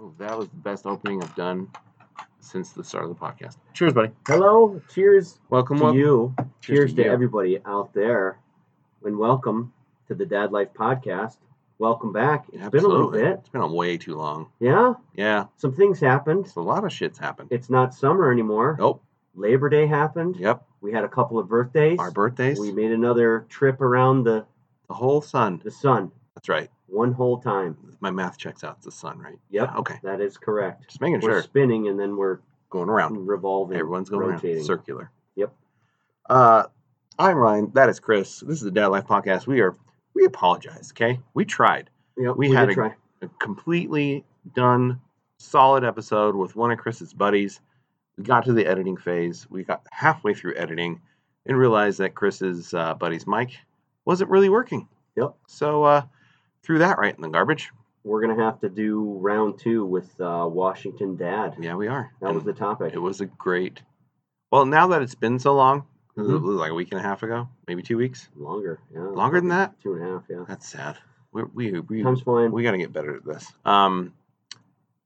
Oh, That was the best opening I've done since the start of the podcast. Cheers, buddy. Hello, cheers Welcome, to welcome. you. Cheers, to you. everybody out there, and welcome to the Dad Life Podcast. Welcome back. It's Absolutely. been a little bit. It's been on way too long. Yeah, Yeah, some things happened. it's a lot of shit's happened. It's not summer anymore. Nope. Labor Day happened. Yep. We had a couple of birthdays. Our birthdays. We made another trip around the, the whole sun. the sun That's right. one whole time. My math checks out. It's the sun, right? Yep. Yeah, okay. That is correct. Just making We're sure. spinning and then we're Going around. revolving. Everyone's going rotating. around. Circular. Yep. Uh, I'm Ryan. That is Chris. This is the Dad Life Podcast. We are. We apologize. Okay. We tried. Yep, We had did a- try. a completely done, solid episode with one of Chris's buddies. We got to the editing phase. We got halfway through editing and realized that Chris's uh, buddy's mic wasn't really working. Yep. So uh, threw that right in the garbage. We're gonna have to do round two with uh, Washington Dad. Yeah, we are. That was And the topic. It was a great. Well, now that it's been so long, it Mhm. was like a week and a half ago, maybe two weeks. Longer, yeah. Longer than that? Two and a half, yeah. That's sad. We we we, Time's flying. we got to get better at this. Um,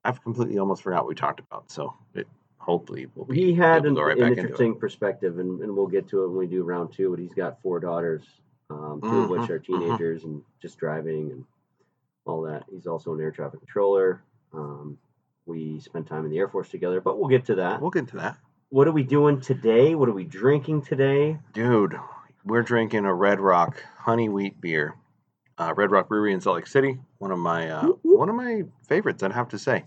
I've completely almost forgot what we talked about. So it hopefully will be. He had we'll an, go right an back into it. interesting perspective, and, and we'll get to it when we do round two. But he's got four daughters, um, 2 Mhm, of which are mhm. teenagers and just driving and all that. He's also an air traffic controller. Um, we spent time in the Air Force together, but we'll get to that. We'll get to that. What are we doing today? What are we drinking today? Dude, we're drinking a Red Rock honey wheat beer. Uh, Red Rock Brewery in Salt Lake City, one of my uh, Whoop, whoop. one of my favorites, I'd have to say.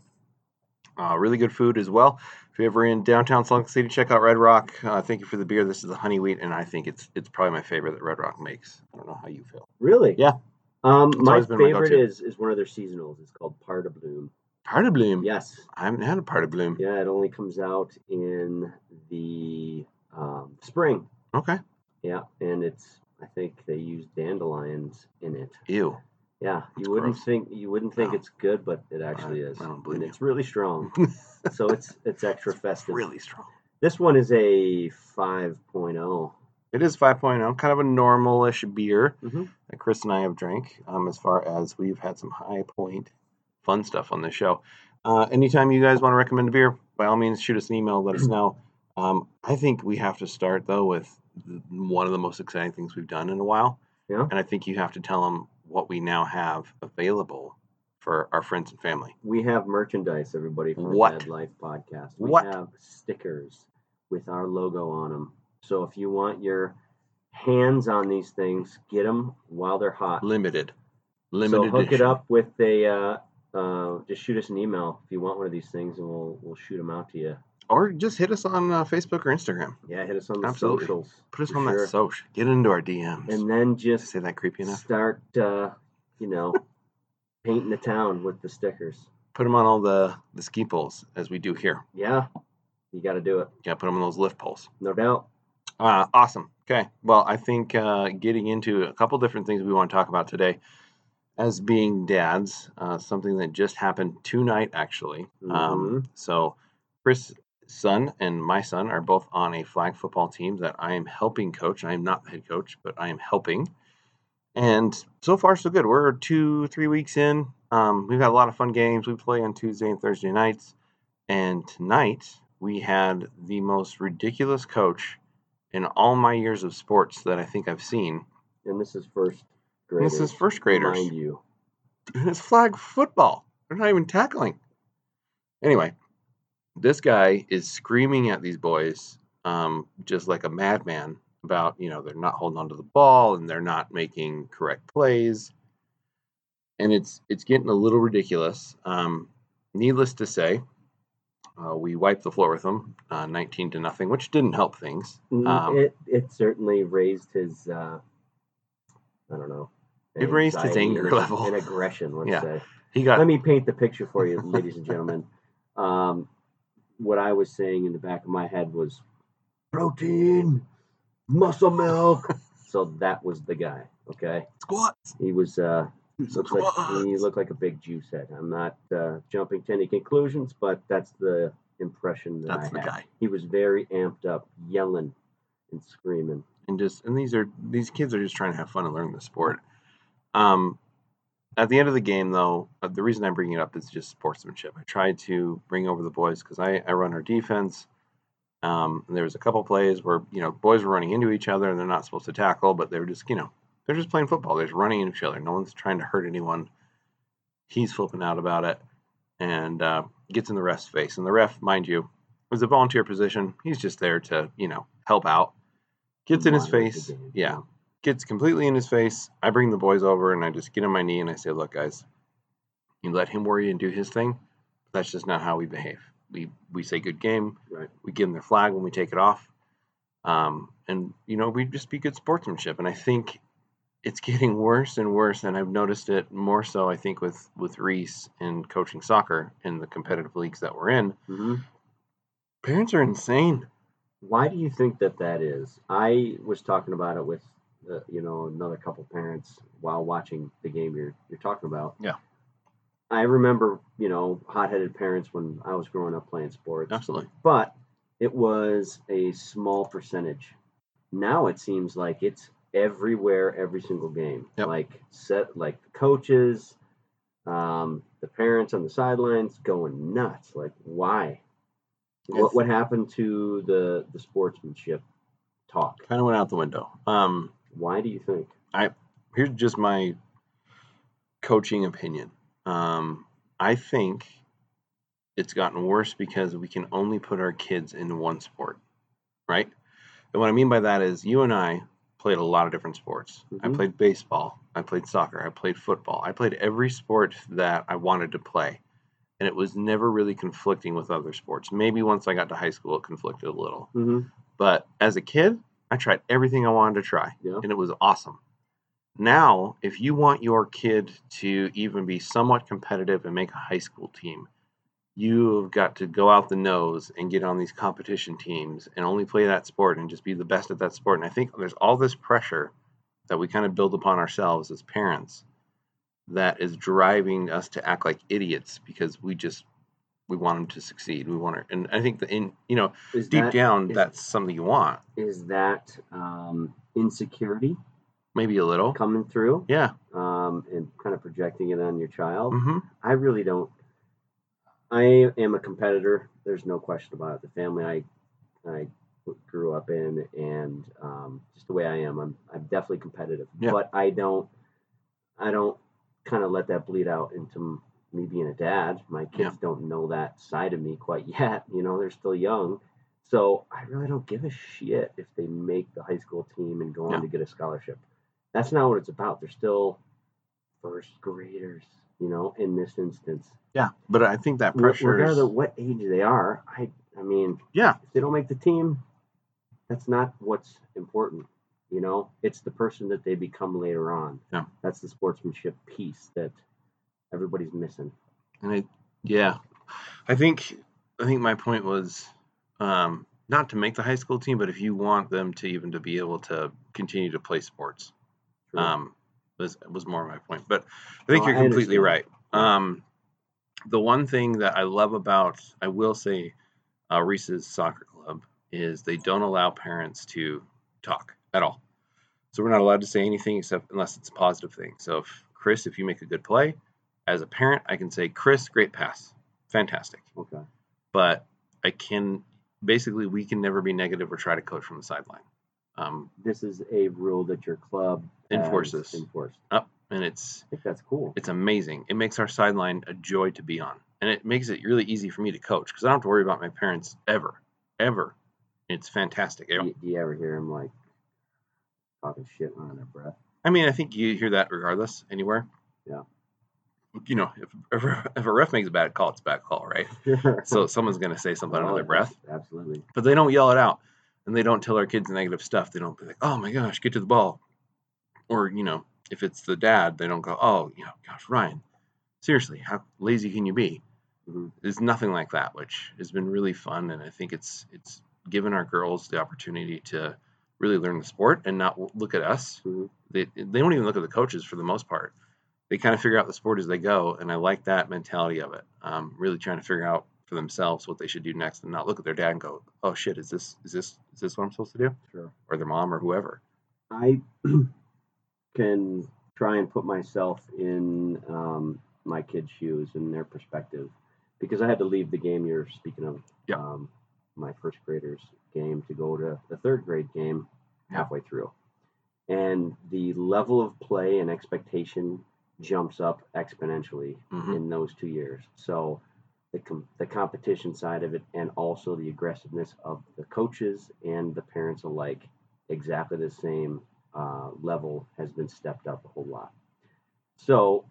Uh, really good food as well. If you're ever in downtown Salt Lake City, check out Red Rock. Uh, thank you for the beer. This is the honey wheat, and I think it's it's probably my favorite that Red Rock makes. I don't know how you feel. Really? Yeah. Um, my always been my favorite go-to. is is one of their seasonals. It's called Part of Bloom. Part of Bloom. Yes. I haven't had a part of Bloom. Yeah, it only comes out in the um, spring. Okay. Yeah, and it's I think they use dandelions in it. Ew. Yeah, That's you wouldn't gross. think you wouldn't think No. it's good, but it actually is, I don't believe and you. it's really strong. so it's it's extra festive. Really strong. This one is a oh. 5.0. It is 5.0, kind of a normal-ish beer Mhm. that Chris and I have drank. Um, as far as we've had some high point fun stuff on this show. Uh, anytime you guys want to recommend a beer, by all means, shoot us an email. Let us know. Um, I think we have to start though with th- one of the most exciting things we've done in a while. Yeah. And I think you have to tell them what we now have available for our friends and family. We have merchandise, everybody, from the What? Bad Life Podcast. We What? have stickers with our logo on them. So if you want your hands on these things, get them while they're hot. Limited, limited. so hook it edition. up with a uh, uh, just shoot us an email if you want one of these things, and we'll we'll shoot them out to you. or just hit us on uh, Facebook or Instagram. Yeah, hit us on the Absolutely. socials. Put us for on sure. that social. Get into our DMs. and then Did I just say that creepy enough? start, uh, you know, painting the town with the stickers. put them on all the the ski poles as we do here. Yeah, you got to do it, Yeah, put them on those lift poles. no doubt. Uh, awesome. Okay. Well, I think uh, getting into a couple different things we want to talk about today, as being dads, uh, something that just happened tonight actually. Um, so, Chris. Son and my son are both on a flag football team that I am helping coach. I am not the head coach, but I am helping. And so far, so good. We're two, three weeks in. Um, we've had a lot of fun games. We play on Tuesday and Thursday nights. And tonight, we had the most ridiculous coach in all my years of sports that I think I've seen. And this is first And graders. This is first graders. Mind you, And it's flag football. They're not even tackling. Anyway, this guy is screaming at these boys um, just like a madman about, you know, they're not holding onto the ball and they're not making correct plays. And it's it's getting a little ridiculous. Um, needless to say, uh, we wiped the floor with them, uh, 19 to nothing, which didn't help things. Mm, Um, it it certainly raised his. Uh, I don't know. It raised his anxiety anger and- level. and aggression. Let's Yeah. say. He got Let me paint the picture for you, ladies and gentlemen. Um, what I was saying in the back of my head was protein, muscle milk. so that was the guy. Okay, squats. he was. Uh, looks like Squats. he looked like a big juice head. I'm not uh, jumping to any conclusions, but that's the impression that That's I the had. guy. He was very amped up, yelling and screaming. and just and these are these kids are just trying to have fun and learn the sport. Um, At the end of the game, though, uh, the reason I'm bringing it up is just sportsmanship. I tried to bring over the boys because I, I run our defense. Um, and there was a couple plays where you know boys were running into each other and they're not supposed to tackle, but they're just you know they're just playing football. They're just running into each other. No one's trying to hurt anyone. He's flipping out about it and uh, gets in the ref's face. And the ref, mind you, was a volunteer position. He's just there to you know help out. Gets in his Moderate the face. game. Yeah, gets completely in his face. I bring the boys over and I just get on my knee and I say, "Look, guys, you let him worry and do his thing. That's just not how we behave. We we say good game. Right. We give them their flag when we take it off. Um, and you know, we just be good sportsmanship. And I think it's getting worse and worse. And I've noticed it more so. I think with with Reese and coaching soccer in the competitive leagues that we're in, hmm parents are insane. Why do you think that that is? I was talking about it with, uh, you know, another couple parents while watching the game you're you're talking about. Yeah. I remember, you know, hot-headed parents when I was growing up playing sports. Absolutely. but it was a small percentage. Now it seems like it's everywhere, every single game. Yep. Like set, like the coaches, um, the parents on the sidelines going nuts. Like why? What It's- what happened to the the sportsmanship talk? Kind of went out the window. Um, Why do you think? here's just my coaching opinion. Um, I think it's gotten worse because we can only put our kids in one sport, right? And what I mean by that is you and I played a lot of different sports. I Mhm. played baseball, I played soccer, I played football, I played every sport that I wanted to play. And it was never really conflicting with other sports. Maybe once I got to high school, it conflicted a little. Mm-hmm. But as a kid, I tried everything I wanted to try, Yeah. and it was awesome. Now, if you want your kid to even be somewhat competitive and make a high school team, you've got to go out the nose and get on these competition teams and only play that sport and just be the best at that sport. And I think there's all this pressure that we kind of build upon ourselves as parents that is driving us to act like idiots because we just we want them to succeed. We want to, and I think that in you know Is deep that down is- that's something you want. is that um, insecurity Maybe a little. coming through Yeah. um, and kind of projecting it on your child? Mm-hmm. I really don't. I am a competitor. There's no question about it. The family I I grew up in, and um, just the way I am, I'm I'm definitely competitive. Yeah. But I don't I don't kind of let that bleed out into m- me being a dad. My kids Yeah. don't know that side of me quite yet. You know, they're still young. So I really don't give a shit if they make the high school team and go on Yeah. to get a scholarship. That's not what it's about. They're still first graders, you know, in this instance. Yeah. But I think that Re- pressure. regardless is- of what age they are, I I mean, Yeah. if they don't make the team, that's not what's important. You know, it's the person that they become later on. Yeah. That's the sportsmanship piece that everybody's missing. and I yeah, I think I think my point was um, not to make the high school team, but if you want them to even to be able to continue to play sports, True. um, was was more my point. But I think No, you're I completely understand. right. Um, the one thing that I love about I will say uh, Reese's Soccer Club is they don't allow parents to talk at all. So we're not allowed to say anything except unless it's a positive thing. So if Chris, if you make a good play, as a parent, I can say, Chris, great pass, fantastic. okay. But I can basically we can never be negative or try to coach from the sideline. Um, This is a rule that your club has Enforces. Enforced. up and it's I think that's cool. it's amazing. It makes our sideline a joy to be on, and it makes it really easy for me to coach because I don't have to worry about my parents ever, ever. It's fantastic. Do, you, do you ever hear him like talking shit on their breath? I mean, I think you hear that regardless anywhere. Yeah. You know, if, if, a- if a ref makes a bad call, it's a bad call, right? So someone's going to say something under Oh, their breath, Absolutely. but they don't yell it out and they don't tell our kids negative stuff. They don't be like, oh my gosh, get to the ball. Or, you know, if it's the dad, they don't go, oh, you know, gosh, Ryan, seriously, how lazy can you be? Mhm. There's nothing like that, which has been really fun. And I think it's, it's given our girls the opportunity to really learn the sport and not w- look at us Mhm. they they don't even look at the coaches for the most part. They kind of figure out the sport as they go, and I like that mentality of it. Um, really trying to figure out for themselves what they should do next, and not look at their dad and go, "Oh shit, is this is this is this what I'm supposed to do?" Sure. Or their mom or whoever. I can try and put myself in um, my kids' shoes and their perspective because I had to leave the game you're speaking of, Yep. um, my first graders game to go to the third grade game Yeah. halfway through. And the level of play and expectation jumps up exponentially Mhm. in those two years. So the, com- the competition side of it and also the aggressiveness of the coaches and the parents alike, exactly the same uh, level has been stepped up a whole lot. So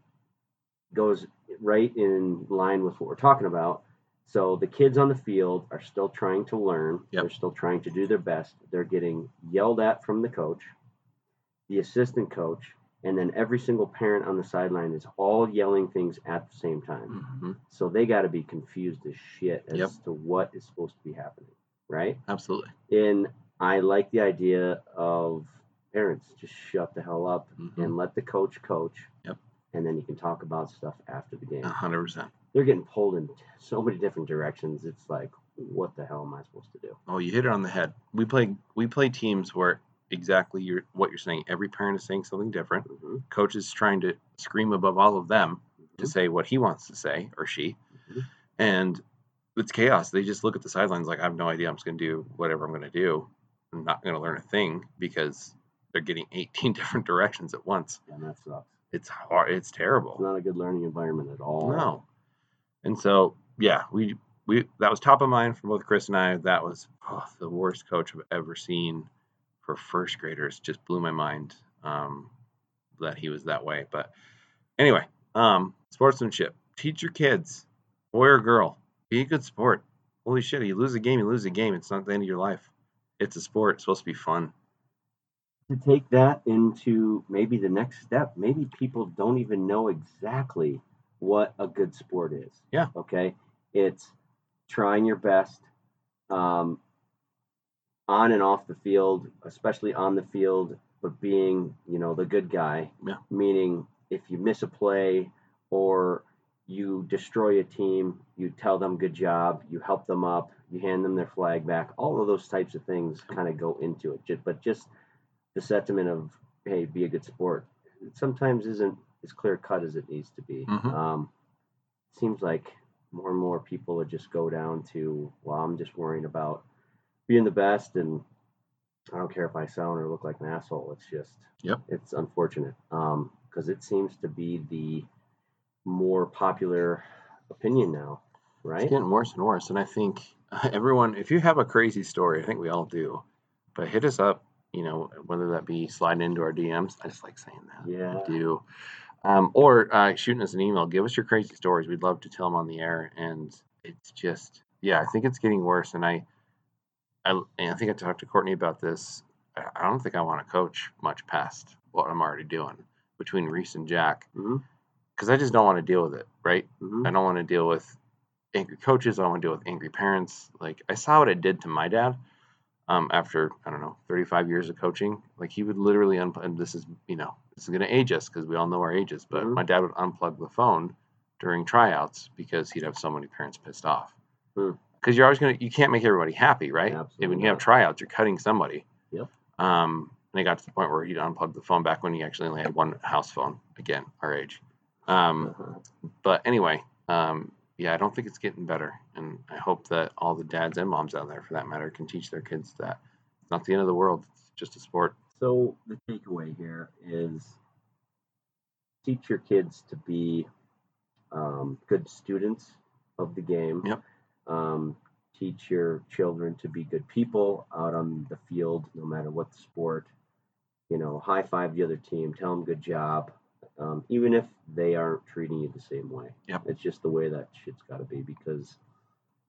goes right in line with what we're talking about. So the kids on the field are still trying to learn. Yep. They're still trying to do their best. They're getting yelled at from the coach, the assistant coach, and then every single parent on the sideline is all yelling things at the same time. Mhm. So they got to be confused as shit as Yep. to what is supposed to be happening, right? Absolutely. And I like the idea of parents just shut the hell up Mhm. and let the coach coach. Yep. Ah. And then you can talk about stuff after the game. A hundred percent. They're getting pulled in so many different directions. It's like, what the hell am I supposed to do? Oh, you hit it on the head. We play we play teams where exactly you're, what you're saying. Every parent is saying something different. Mm-hmm. Coach is trying to scream above all of them to Mhm. say what he wants to say or she, Mhm. and it's chaos. They just look at the sidelines like I have no idea. I'm just gonna do whatever I'm gonna do. I'm not gonna learn a thing because they're getting 18 different directions at once. And that sucks. It's hard. It's terrible. It's not a good learning environment at all. No. And so, yeah, we we that was top of mind for both Chris and I. That was oh, the worst coach I've ever seen for first graders. Just blew my mind um, that he was that way. But anyway, um, sportsmanship. Teach your kids, boy or girl, be a good sport. Holy shit! You lose a game, you lose a game. It's not the end of your life. It's a sport. It's supposed to be fun. To take that into maybe the next step, maybe people don't even know exactly what a good sport is. Yeah. Okay. It's trying your best um, on and off the field, especially on the field, but being, you know, the good guy. Yeah. Meaning, if you miss a play or you destroy a team, you tell them good job, you help them up, you hand them their flag back. All of those types of things kind of go into it. Ju- But just the sentiment of, hey, be a good sport, it sometimes isn't as clear cut as it needs to be. Mhm. Um, seems like more and more people would just go down to, well, I'm just worrying about being the best, and I don't care if I sound or look like an asshole. It's just, Yep. it's unfortunate because it seems to be the more popular opinion now, It's right? getting worse and worse. And I think uh, everyone, if you have a crazy story, I think we all do, but hit us up, you know, whether that be sliding into our DMs. I just like saying that. Yeah. I do. Um, or uh, shooting us an email. Give us your crazy stories. We'd love to tell them on the air. And it's just, yeah, I think it's getting worse. And I, I, and I think I talked to Courtney about this. I I don't think I want to coach much past what I'm already doing between Reese and Jack hmm because I just don't want to deal with it, right? hmm I don't want to deal with angry coaches. I don't want to deal with angry parents. Like I saw what it did to my dad. Um, after I don't know, 35 years of coaching, like he would literally unplug. And this is you know this is gonna age us because we all know our ages. But Mhm. my dad would unplug the phone during tryouts because he'd have so many parents pissed off. Hmm. Because you're always gonna you can't make everybody happy, right? And when Absolutely you have not. tryouts, you're cutting somebody. Yep. Um, and it got to the point where he'd unplug the phone back when he actually only had one house phone. Again, our age. Um, Uh-huh. but anyway, um, yeah, I don't think it's getting better, and I hope that all the dads and moms out there, for that matter, can teach their kids that it's not the end of the world. It's just a sport. So the takeaway here is teach your kids to be um, good students of the game. Yep. Um, teach your children to be good people out on the field, no matter what the sport. You know, high five the other team, tell them good job, um, even if they aren't treating you the same way. Yep. It's just the way that shit's got to be because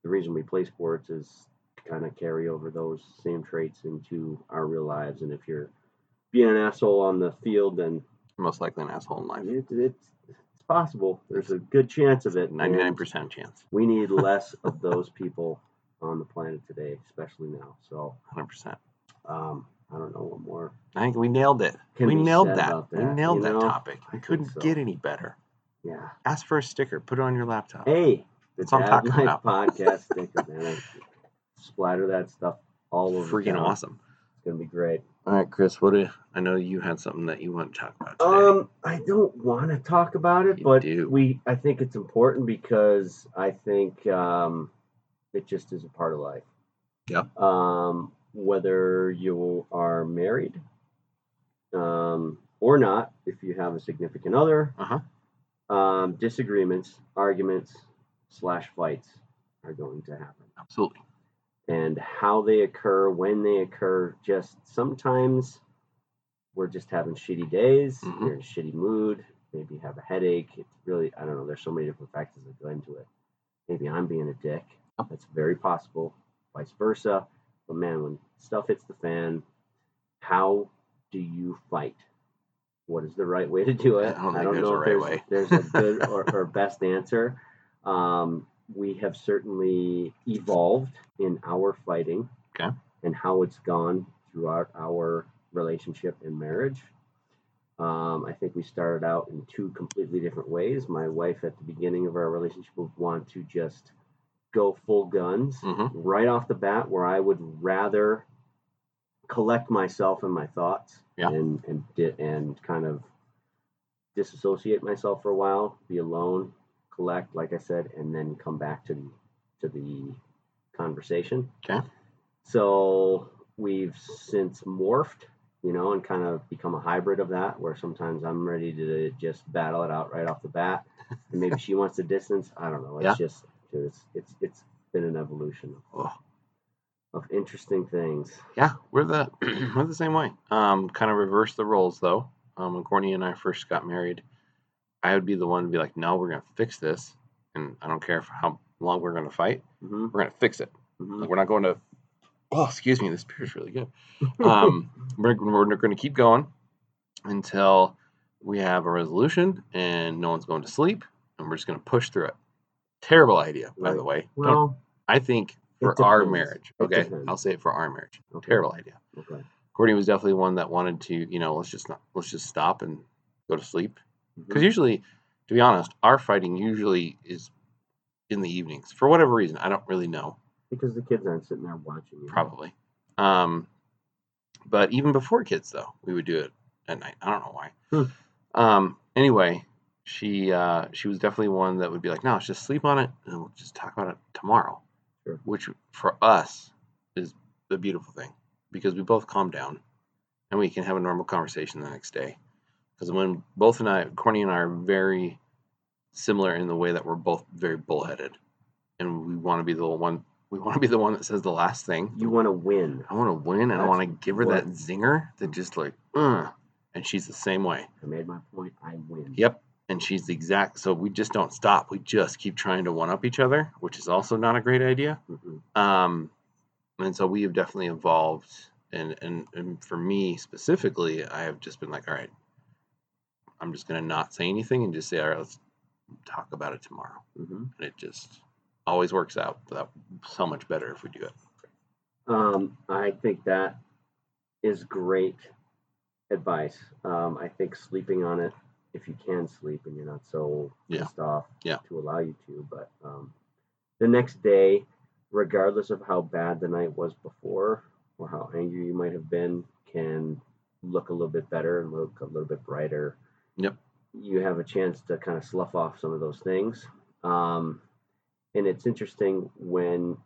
the reason we play sports is to kind of carry over those same traits into our real lives. And if you're being an asshole on the field, then Most likely an asshole in life. it, it's, it's possible. There's a good chance of it. and 99% chance. We need less of those people on the planet today, especially now. So 100%. um, I don't know what more. I think we nailed it. Can we be nailed said that. about We that, nailed you that know? topic. I We think couldn't so. get any better. Yeah. Ask for a sticker. Put it on your laptop. Hey, the That's what I'm Dad talking Life about. podcast sticker, man. I splatter that stuff all over. Freaking town. awesome. It's gonna be great. All right, Chris. What? Do, I know you had something that you want to talk about today. Um, I don't want to talk about it, You but do. we I think it's important because I think um, it just is a part of life. Yeah. Um, whether you are married um, or not, if you have a significant other, Uh-huh. um, disagreements, arguments, slash fights are going to happen Absolutely. and how they occur, when they occur. Just sometimes we're just having shitty days, Mhm. you're in a shitty mood, maybe you have a headache. It's really, I don't know, there's so many different factors that go into it. Maybe I'm being a dick. Yep. That's very possible, vice versa. But man, when stuff hits the fan, how do you fight? What is the right way to do it? I don't think there's a if right there's, there's a good or, or best answer. Um, we have certainly evolved in our fighting Okay. and how it's gone throughout our relationship and marriage. Um, I think we started out in two completely different ways. My wife, at the beginning of our relationship, would want to just go full guns Mm-hmm. right off the bat, where I would rather collect myself and my thoughts Yeah. and and di- and kind of disassociate myself for a while, be alone, collect, like I said, and then come back to the to the conversation. Okay. So we've since morphed, you know, and kind of become a hybrid of that, where sometimes I'm ready to just battle it out right off the bat, and maybe she wants to distance. I don't know. It's Yeah. just dude, it's it's it's been an evolution Oh, of interesting things. yeah, we're the we're the same way. Um, kind of reverse the roles though. Um, when Courtney and I first got married, I would be the one to be like, "No, we're gonna fix this," and I don't care for how long we're gonna fight. hmm We're gonna fix it. hmm Like, we're not going to. Oh, excuse me. This beer's really good. Um, we're we're going to keep going until we have a resolution and no one's going to sleep, and we're just going to push through it. Terrible idea, by the way. Don't- well, I think for It our depends. marriage. It Okay, depends. I'll say it for our marriage. Okay. Terrible idea. okay. Courtney was definitely one that wanted to, you know, let's just not, let's just stop and go to sleep. Because Mhm. usually, to be honest, our fighting usually is in the evenings for whatever reason. I don't really know. because the kids aren't sitting there watching you. probably. Um, but even before kids, though, we would do it at night. I don't know why. Um, anyway, she uh, she was definitely one that would be like, "No, let's just sleep on it, and we'll just talk about it tomorrow," Sure. which for us is the beautiful thing because we both calm down and we can have a normal conversation the next day. Because when both and I, Courtney and I, are very similar in the way that we're both very bullheaded, and we want to be the one. We want to be the one that says the last thing, You want to win. I want to win, and I That's want to give her what- that zinger that just like, Ugh. and she's the same way. I made my point. I win. Yep, and she's the exact. So we just don't stop. We just keep trying to one up each other, which is also not a great idea. Mhm. Um, and so we have definitely evolved. And and and for me specifically, I have just been like, all right, I'm just gonna not say anything and just say, all right, let's talk about it tomorrow. Mhm. And it just always works out that so much better if we do it. Um, I think that is great advice. Um, I think sleeping on it, if you can sleep and you're not so Yeah. pissed off Yeah. to allow you to, but um, the next day, regardless of how bad the night was before or how angry you might have been, can look a little bit better and look a little bit brighter. Yep. You have a chance to kind of slough off some of those things. Um, and it's interesting when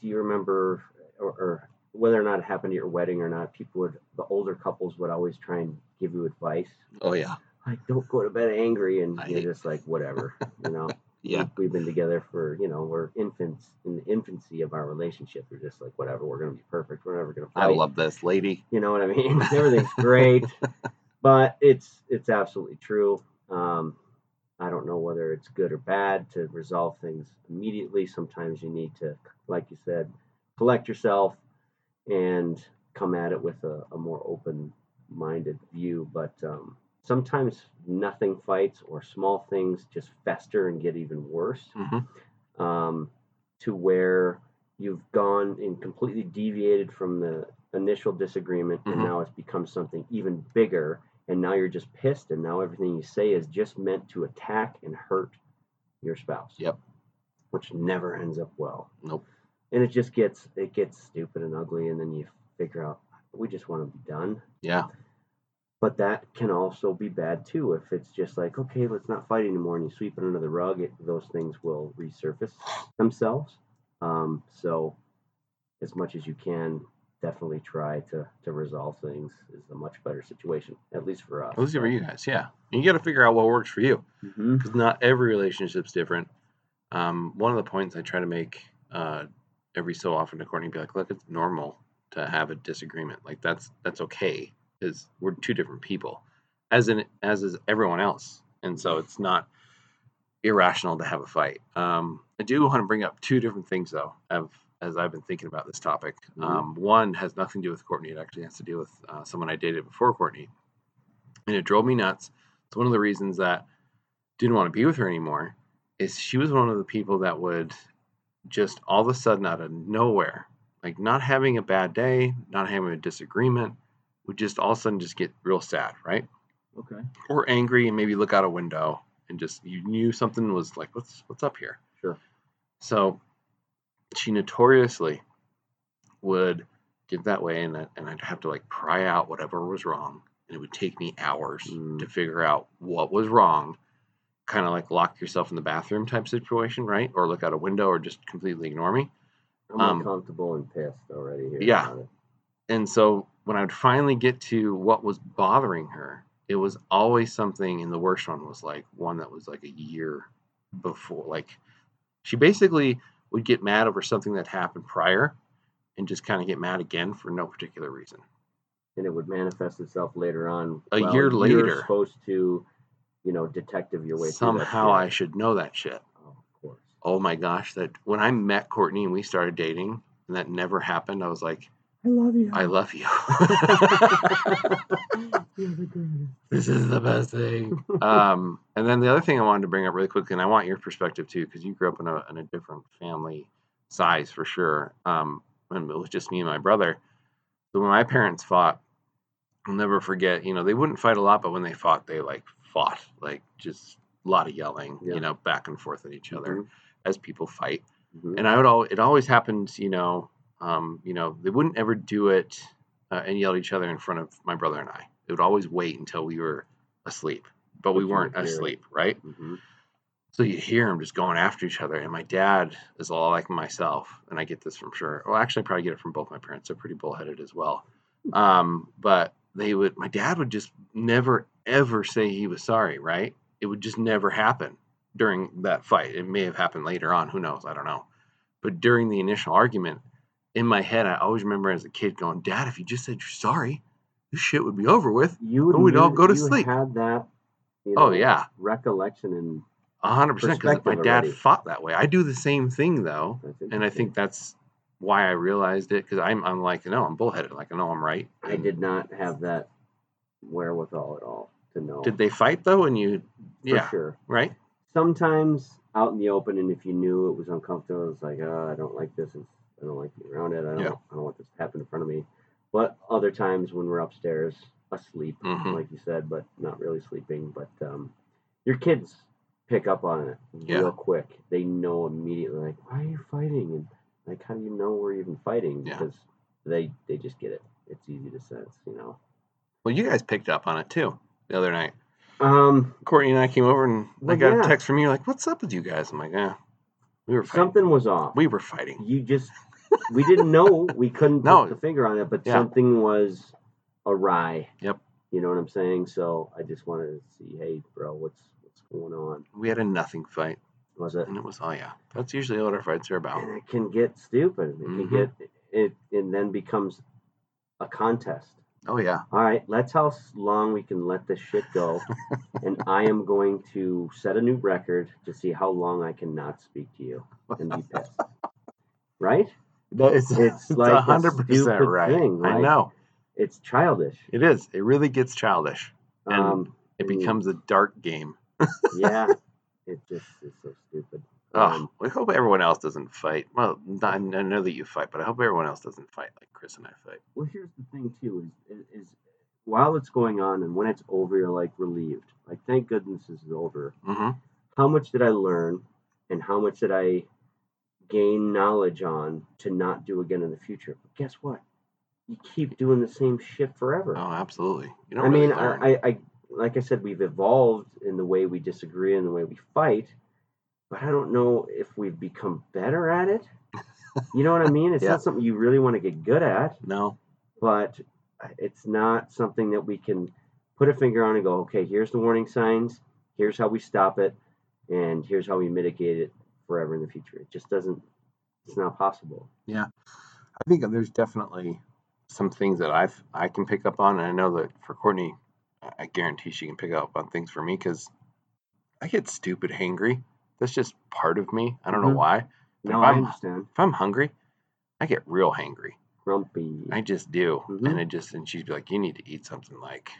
do you remember or, or whether or not it happened at your wedding or not, people would the older couples would always try and give you advice. Oh yeah, Like don't go to bed angry and I you're hate- just like whatever, you know. yeah, We've been together for, you know, we're infants in the infancy of our relationship. We're just like whatever, we're gonna be perfect, we're never gonna fight. I love this lady. You know what I mean? Everything's great, but it's it's absolutely true. Um, I don't know whether it's good or bad to resolve things immediately. Sometimes you need to, like you said, collect yourself and come at it with a, a more open-minded view. But um, sometimes nothing fights or small things just fester and get even worse hmm um, to where you've gone and completely deviated from the initial disagreement and Mhm. now it's become something even bigger and now you're just pissed and now everything you say is just meant to attack and hurt your spouse Yep. which never ends up well Nope. and it just gets it gets stupid and ugly and then you figure out We just want to be done. Yeah. But that can also be bad too if it's just like, okay, let's not fight anymore, and you sweep it under the rug. It, those things will resurface themselves. Um, so, as much as you can, definitely try to to resolve things is a much better situation, at least for us. At least for you guys. Yeah. You got to figure out what works for you. Mhm. because not every relationship's different. Um, one of the points I try to make uh, every so often to Courtney, be like, look, it's normal to have a disagreement. Like that's that's okay. Is we're two different people, as in as is everyone else, and so it's not irrational to have a fight. Um, I do want to bring up two different things though, of, as I've been thinking about this topic. Mhm. Um, one has nothing to do with Courtney. It actually has to do with uh, someone I dated before Courtney, and it drove me nuts. It's one of the reasons that didn't want to be with her anymore is she was one of the people that would just all of a sudden out of nowhere like not having a bad day not having a disagreement would just all of a sudden just get real sad right Okay. or angry and maybe look out a window and just you knew something was like what's what's up here Sure. so she notoriously would get that way and, that, and i'd have to like pry out whatever was wrong and it would take me hours Mm. to figure out what was wrong kind of like lock yourself in the bathroom type situation right or look out a window or just completely ignore me I'm Um, uncomfortable and pissed already here. yeah. about it. and so when i would finally get to what was bothering her it was always something and the worst one was like one that was like a year before like she basically would get mad over something that happened prior and just kind of get mad again for no particular reason and it would manifest itself later on. A year later. You're supposed to, you know, detective your way somehow through i that shit. should know that shit Oh, of course. oh my gosh that when i met courtney and we started dating and that never happened i was like I love you. i love you You're the greatest. this is the best thing. um, and then the other thing I wanted to bring up really quickly, and I want your perspective too, because you grew up in a, in a different family size for sure. Um, and it was just me and my brother. So when my parents fought, I'll never forget, you know, they wouldn't fight a lot, but when they fought, they like fought, like just a lot of yelling, Yeah. Mm-hmm. you know, back and forth at each other as people fight Mhm. and I would all it always happens, you know, um, you know, they wouldn't ever do it uh, and yell at each other in front of my brother and I. They would always wait until we were asleep, but we But you would weren't hear it. asleep, right? Mhm. So you hear them just going after each other, and my dad is a lot like myself, and I get this from sure. Well, actually, I probably get it from both my parents. They're pretty bullheaded as well, Hmm. um, but they would. My dad would just never ever say he was sorry, right? It would just never happen during that fight. It may have happened later on. Who knows? I don't know. But during the initial argument, in my head, I always remember as a kid going, "Dad, if you just said you're sorry, this shit would be over with." You And we'd all knew- go to you sleep. Had that. You know, Oh yeah, Recollection and A hundred percent. Because my perspective dad already. fought that way. I do the same thing though, that's and I interesting. think that's why I realized it. Because I'm, I'm like, no, I'm bullheaded. Like I know I'm right. I did not have that wherewithal at all to know. Did they fight though? And you, for yeah, sure. right. sometimes out in the open, and if you knew it was uncomfortable, it's like, oh, I don't like this. and I don't like being around it. I don't, Yeah. I don't want this to happen in front of me. But other times when we're upstairs, asleep, Mhm. like you said, but not really sleeping. But um, your kids pick up on it Yeah. real quick. They know immediately, like, why are you fighting? And like, how do you know we're even fighting? Yeah. Because they they just get it. It's easy to sense, you know. Well, you guys picked up on it too the other night. Um, Courtney and I came over, and I Well, got yeah. a text from you like, "What's up with you guys?" I'm like, "Yeah, we were fighting. something was off. We were fighting." you just we didn't know we couldn't No. put the finger on it but Yeah. something was awry Yep. you know what i'm saying so i just wanted to see hey bro what's what's going on We had a nothing fight, was it and it was, "Oh yeah, that's usually what our fights are about." and it can get stupid it Mhm. can get it and then becomes a contest Oh yeah, all right let's how s- long we can let this shit go and i am going to set a new record to see how long i cannot speak to you and be pissed right that is, It's like a stupid thing, I like- know it's childish Um, it is. It really gets childish. And It and- becomes a dark game. yeah, it just is so stupid. Um, Oh, we hope everyone else doesn't fight. Well, not- I know that you fight, but I hope everyone else doesn't fight like Chris and I fight. well, here's the thing too: is, is is while it's going on and when it's over, you're like relieved, like thank goodness this is over. Mm-hmm. How much did I learn, and how much did I gain knowledge on to not do again in the future? But guess what? you keep doing the same shit forever. Oh, absolutely. You don't I really mean, learn. I, I, I, like I said, we've evolved in the way we disagree and the way we fight, but I don't know if we've become better at it. You know what I mean? It's Yeah. not something you really want to get good at, no. but it's not something that we can put a finger on and go, okay, here's the warning signs, here's how we stop it, and here's how we mitigate it forever in the future. It just doesn't, it's not possible. I think there's definitely some things that I've I can pick up on, and I know that for Courtney, I- I guarantee she can pick up on things for me because I get stupid hangry. That's just part of me. I don't Mhm. know why. But No, if I I'm understand. if I'm hungry, I get real hangry. Grumpy. I just do, Mhm. and it just and she'd be like, "You need to eat something." Like,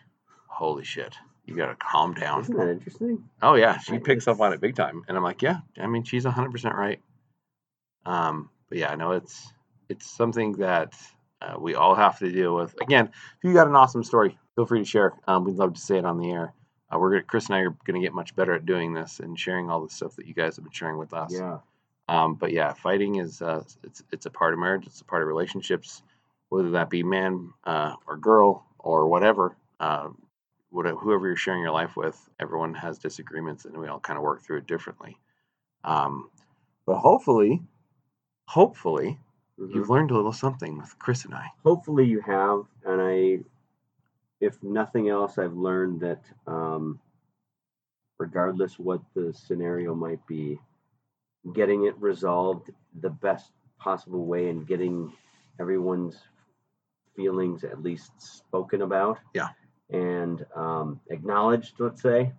holy shit, you gotta calm down. Isn't that interesting? Oh yeah, she Right, picks up it's- on it big time, and I'm like, yeah, I mean, she's 100 percent right. Um, but yeah, no, it's it's something that uh, we all have to deal with. Again, if you got an awesome story, feel free to share. Um, we'd love to say it on the air. Uh, we're gonna, Chris and I are going to get much better at doing this and sharing all the stuff that you guys have been sharing with us. Yeah. Um, but yeah, fighting is uh, it's it's a part of marriage. It's a part of relationships, whether that be man uh, or girl or whatever. Uh, whatever whoever you're sharing your life with, everyone has disagreements, and we all kind of work through it differently. Um, but hopefully, hopefully, Mhm. you've learned a little something with Chris and I. hopefully you have and i if nothing else i've learned that um, regardless what the scenario might be getting it resolved the best possible way and getting everyone's feelings at least spoken about Yeah. and um, acknowledged let's say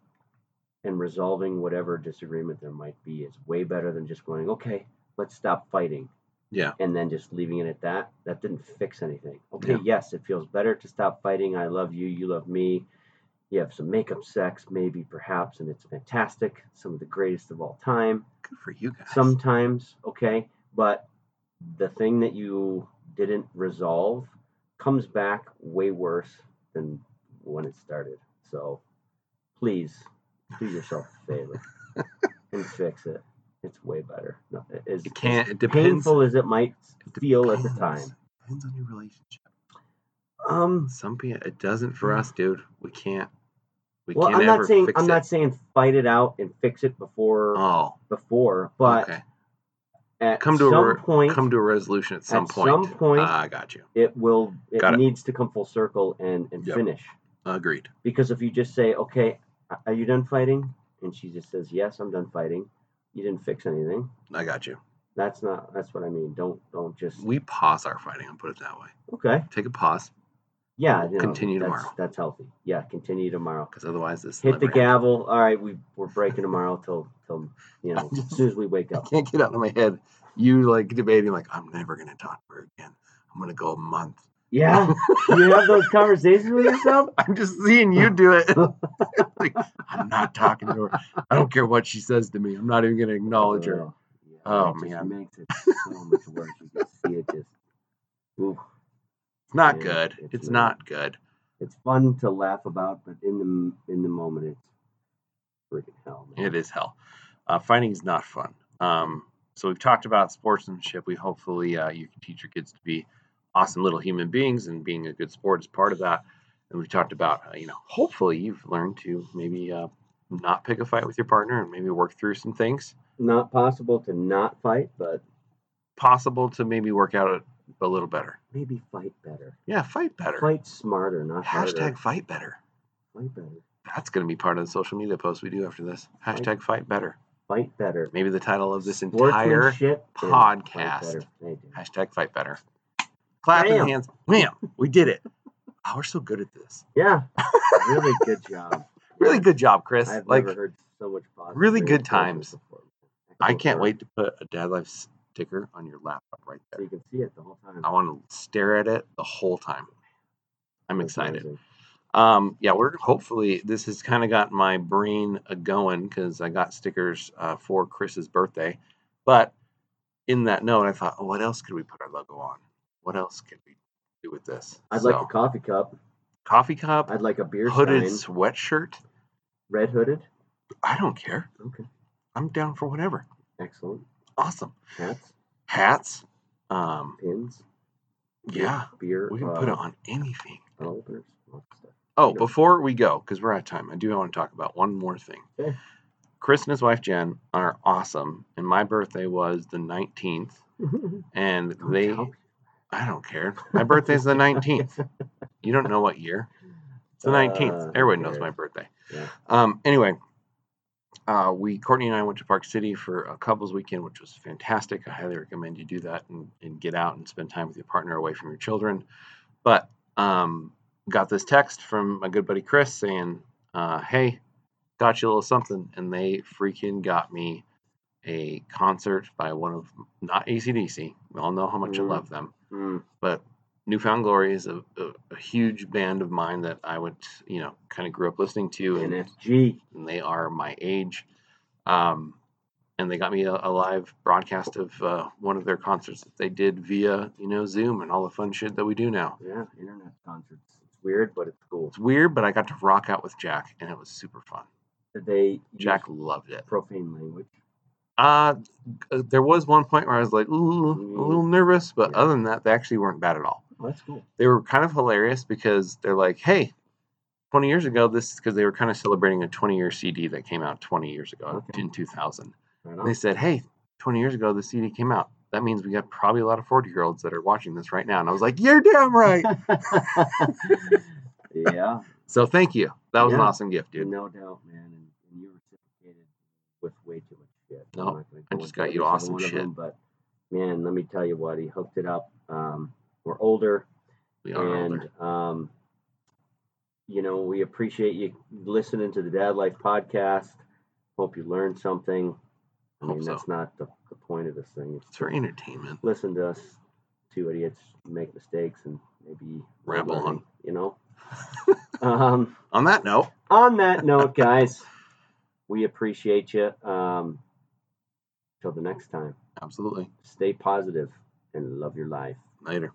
and resolving whatever disagreement there might be is way better than just going okay let's stop fighting Yeah, and then just leaving it at that that didn't fix anything okay Yeah. yes it feels better to stop fighting i love you you love me you have some makeup sex maybe perhaps and it's fantastic some of the greatest of all time good for you guys. sometimes okay but the thing that you didn't resolve comes back way worse than when it started so please do yourself a favor and fix it it's way better no, it is it can't. It depends. painful as it might it feel at the depends. time. Depends on your relationship. Um, Some people, it doesn't for us, dude. We can't. We Mm. well, can't I'm not ever saying fix I'm it. not saying fight it out and fix it before Oh, before, but okay. at come to some a re- point, come to a resolution at some at point. some point- Ah, I got you. it will it Got it. needs to come full circle and and Yep. finish Agreed. because if you just say, okay, a- are you done fighting? And she just says, yes, I'm done fighting. You didn't fix anything. I got you. That's not. That's what I mean. Don't don't just We pause our fighting. I'll put it that way. okay. Take a pause Yeah, you know, Continue that's, tomorrow. That's healthy. Yeah, continue tomorrow. because otherwise this Hit never the happened. gavel. All right, we we're breaking tomorrow till till you I'm know just- as soon as we wake up. I can't get out of my head. You like debating like I'm never gonna talk to her again. I'm gonna go a month. Yeah, you have those conversations with yourself. I'm just seeing you do it. like I'm not talking to her. I don't care what she says to me. I'm not even gonna acknowledge her. Oh, yeah, Oh, that just man. makes it so much worse. You can see it just. Oof. It's not Yeah, good. it's It's, not. not good. It's fun to laugh about, but in the in the moment, it's freaking hell. Man. It is hell. Uh, fighting is not fun. Um, so we've talked about sportsmanship. We hopefully uh, you can teach your kids to be awesome little human beings, and being a good sport is part of that. And we've talked about uh, you know hopefully you've learned to maybe uh, not pick a fight with your partner and maybe work through some things. Not possible to not fight, but Possible to maybe work out a, a little better. maybe fight better. Yeah, fight better. Fight smarter, not harder. Hashtag fight better. Fight better. That's going to be part of the social media post we do after this. Hashtag fight better. Fight better. Maybe the title of this entire Sportsmanship and fight podcast. better. Thank you. Hashtag fight better. Clap Bam. in hands. Wham! We did it. Oh, we're so good at this. Yeah, really good job. Really Yeah. good job, Chris. I've like, never heard so much positive. really good reinforcement times. before. I Excellent can't work. wait to put a Dad Life sticker on your laptop right So there. you can see it the whole time. I want to stare at it the whole time. I'm That's excited. amazing. Um, yeah, we're hopefully this has kind of got my brain a going because I got stickers uh, for Chris's birthday. But in that note, I thought, oh, what else could we put our logo on? What else could we do with this? I'd So, like a coffee cup. coffee cup, I'd like a beer hooded stein. sweatshirt. Red hooded. I don't care. Okay. I'm down for whatever. Excellent. Awesome. Hats, Hats. Um, pins. Yeah, beer. we can uh, put it on anything. bottle openers, all that stuff. Oh, Sure. before we go, because we're out of time, I do want to talk about one more thing. Okay. Chris and his wife Jen are awesome, and my birthday was the 19th, and Don't they. tell me. I don't care. My birthday's the 19th. You don't know what year. It's the 19th. Uh, who Everyone knows my cares? birthday. Yeah. Um, anyway, uh, we Courtney and I went to Park City for a couples weekend, which was fantastic. I highly recommend you do that and, and get out and spend time with your partner away from your children. But um, got this text from my good buddy Chris saying, uh, "Hey, got you a little something," and they freaking got me a concert by one of not ACDC. We all know how much Mhm. I love them Mm, but Newfound Glory is a, a, a huge band of mine that I would, you know, kind of grew up listening to, and, NSG. and they are my age. Um, and they got me a, a live broadcast of uh, one of their concerts that they did via, you know, Zoom and all the fun shit that we do now. Yeah, internet concerts. It's weird, but it's cool. It's weird, but I got to rock out with Jack, and it was super fun. Did they Jack use loved it. profane language? Uh, uh, there was one point where I was like, ooh, a little nervous, but Yeah. other than that, they actually weren't bad at all. Oh, that's cool. they were kind of hilarious because they're like, hey, 20 years ago, this because they were kind of celebrating a 20 year CD that came out 20 years ago Okay. Oh. in 2000. Right They on. said, hey, 20 years ago, the CD came out. That means we got probably a lot of 40 year olds that are watching this right now. And I was like, you're damn right. yeah, so thank you. That was an Yeah. awesome gift, dude. no doubt, man. And, and you reciprocated with way too much shit. No, I'm not gonna I go just into got every you single awesome one of shit. them, but man, let me tell you what, he hooked it up. Um, we're older, We are and older. um, you know, we appreciate you listening to the Dad Life podcast. Hope you learned something. I Hope mean, so. that's not the, the point of this thing. It's It's for entertainment. listen to us two idiots make mistakes and maybe we're Ramble learning, on. you know um, On that note, on that note guys we appreciate you um, till the next time absolutely. stay positive and love your life Later.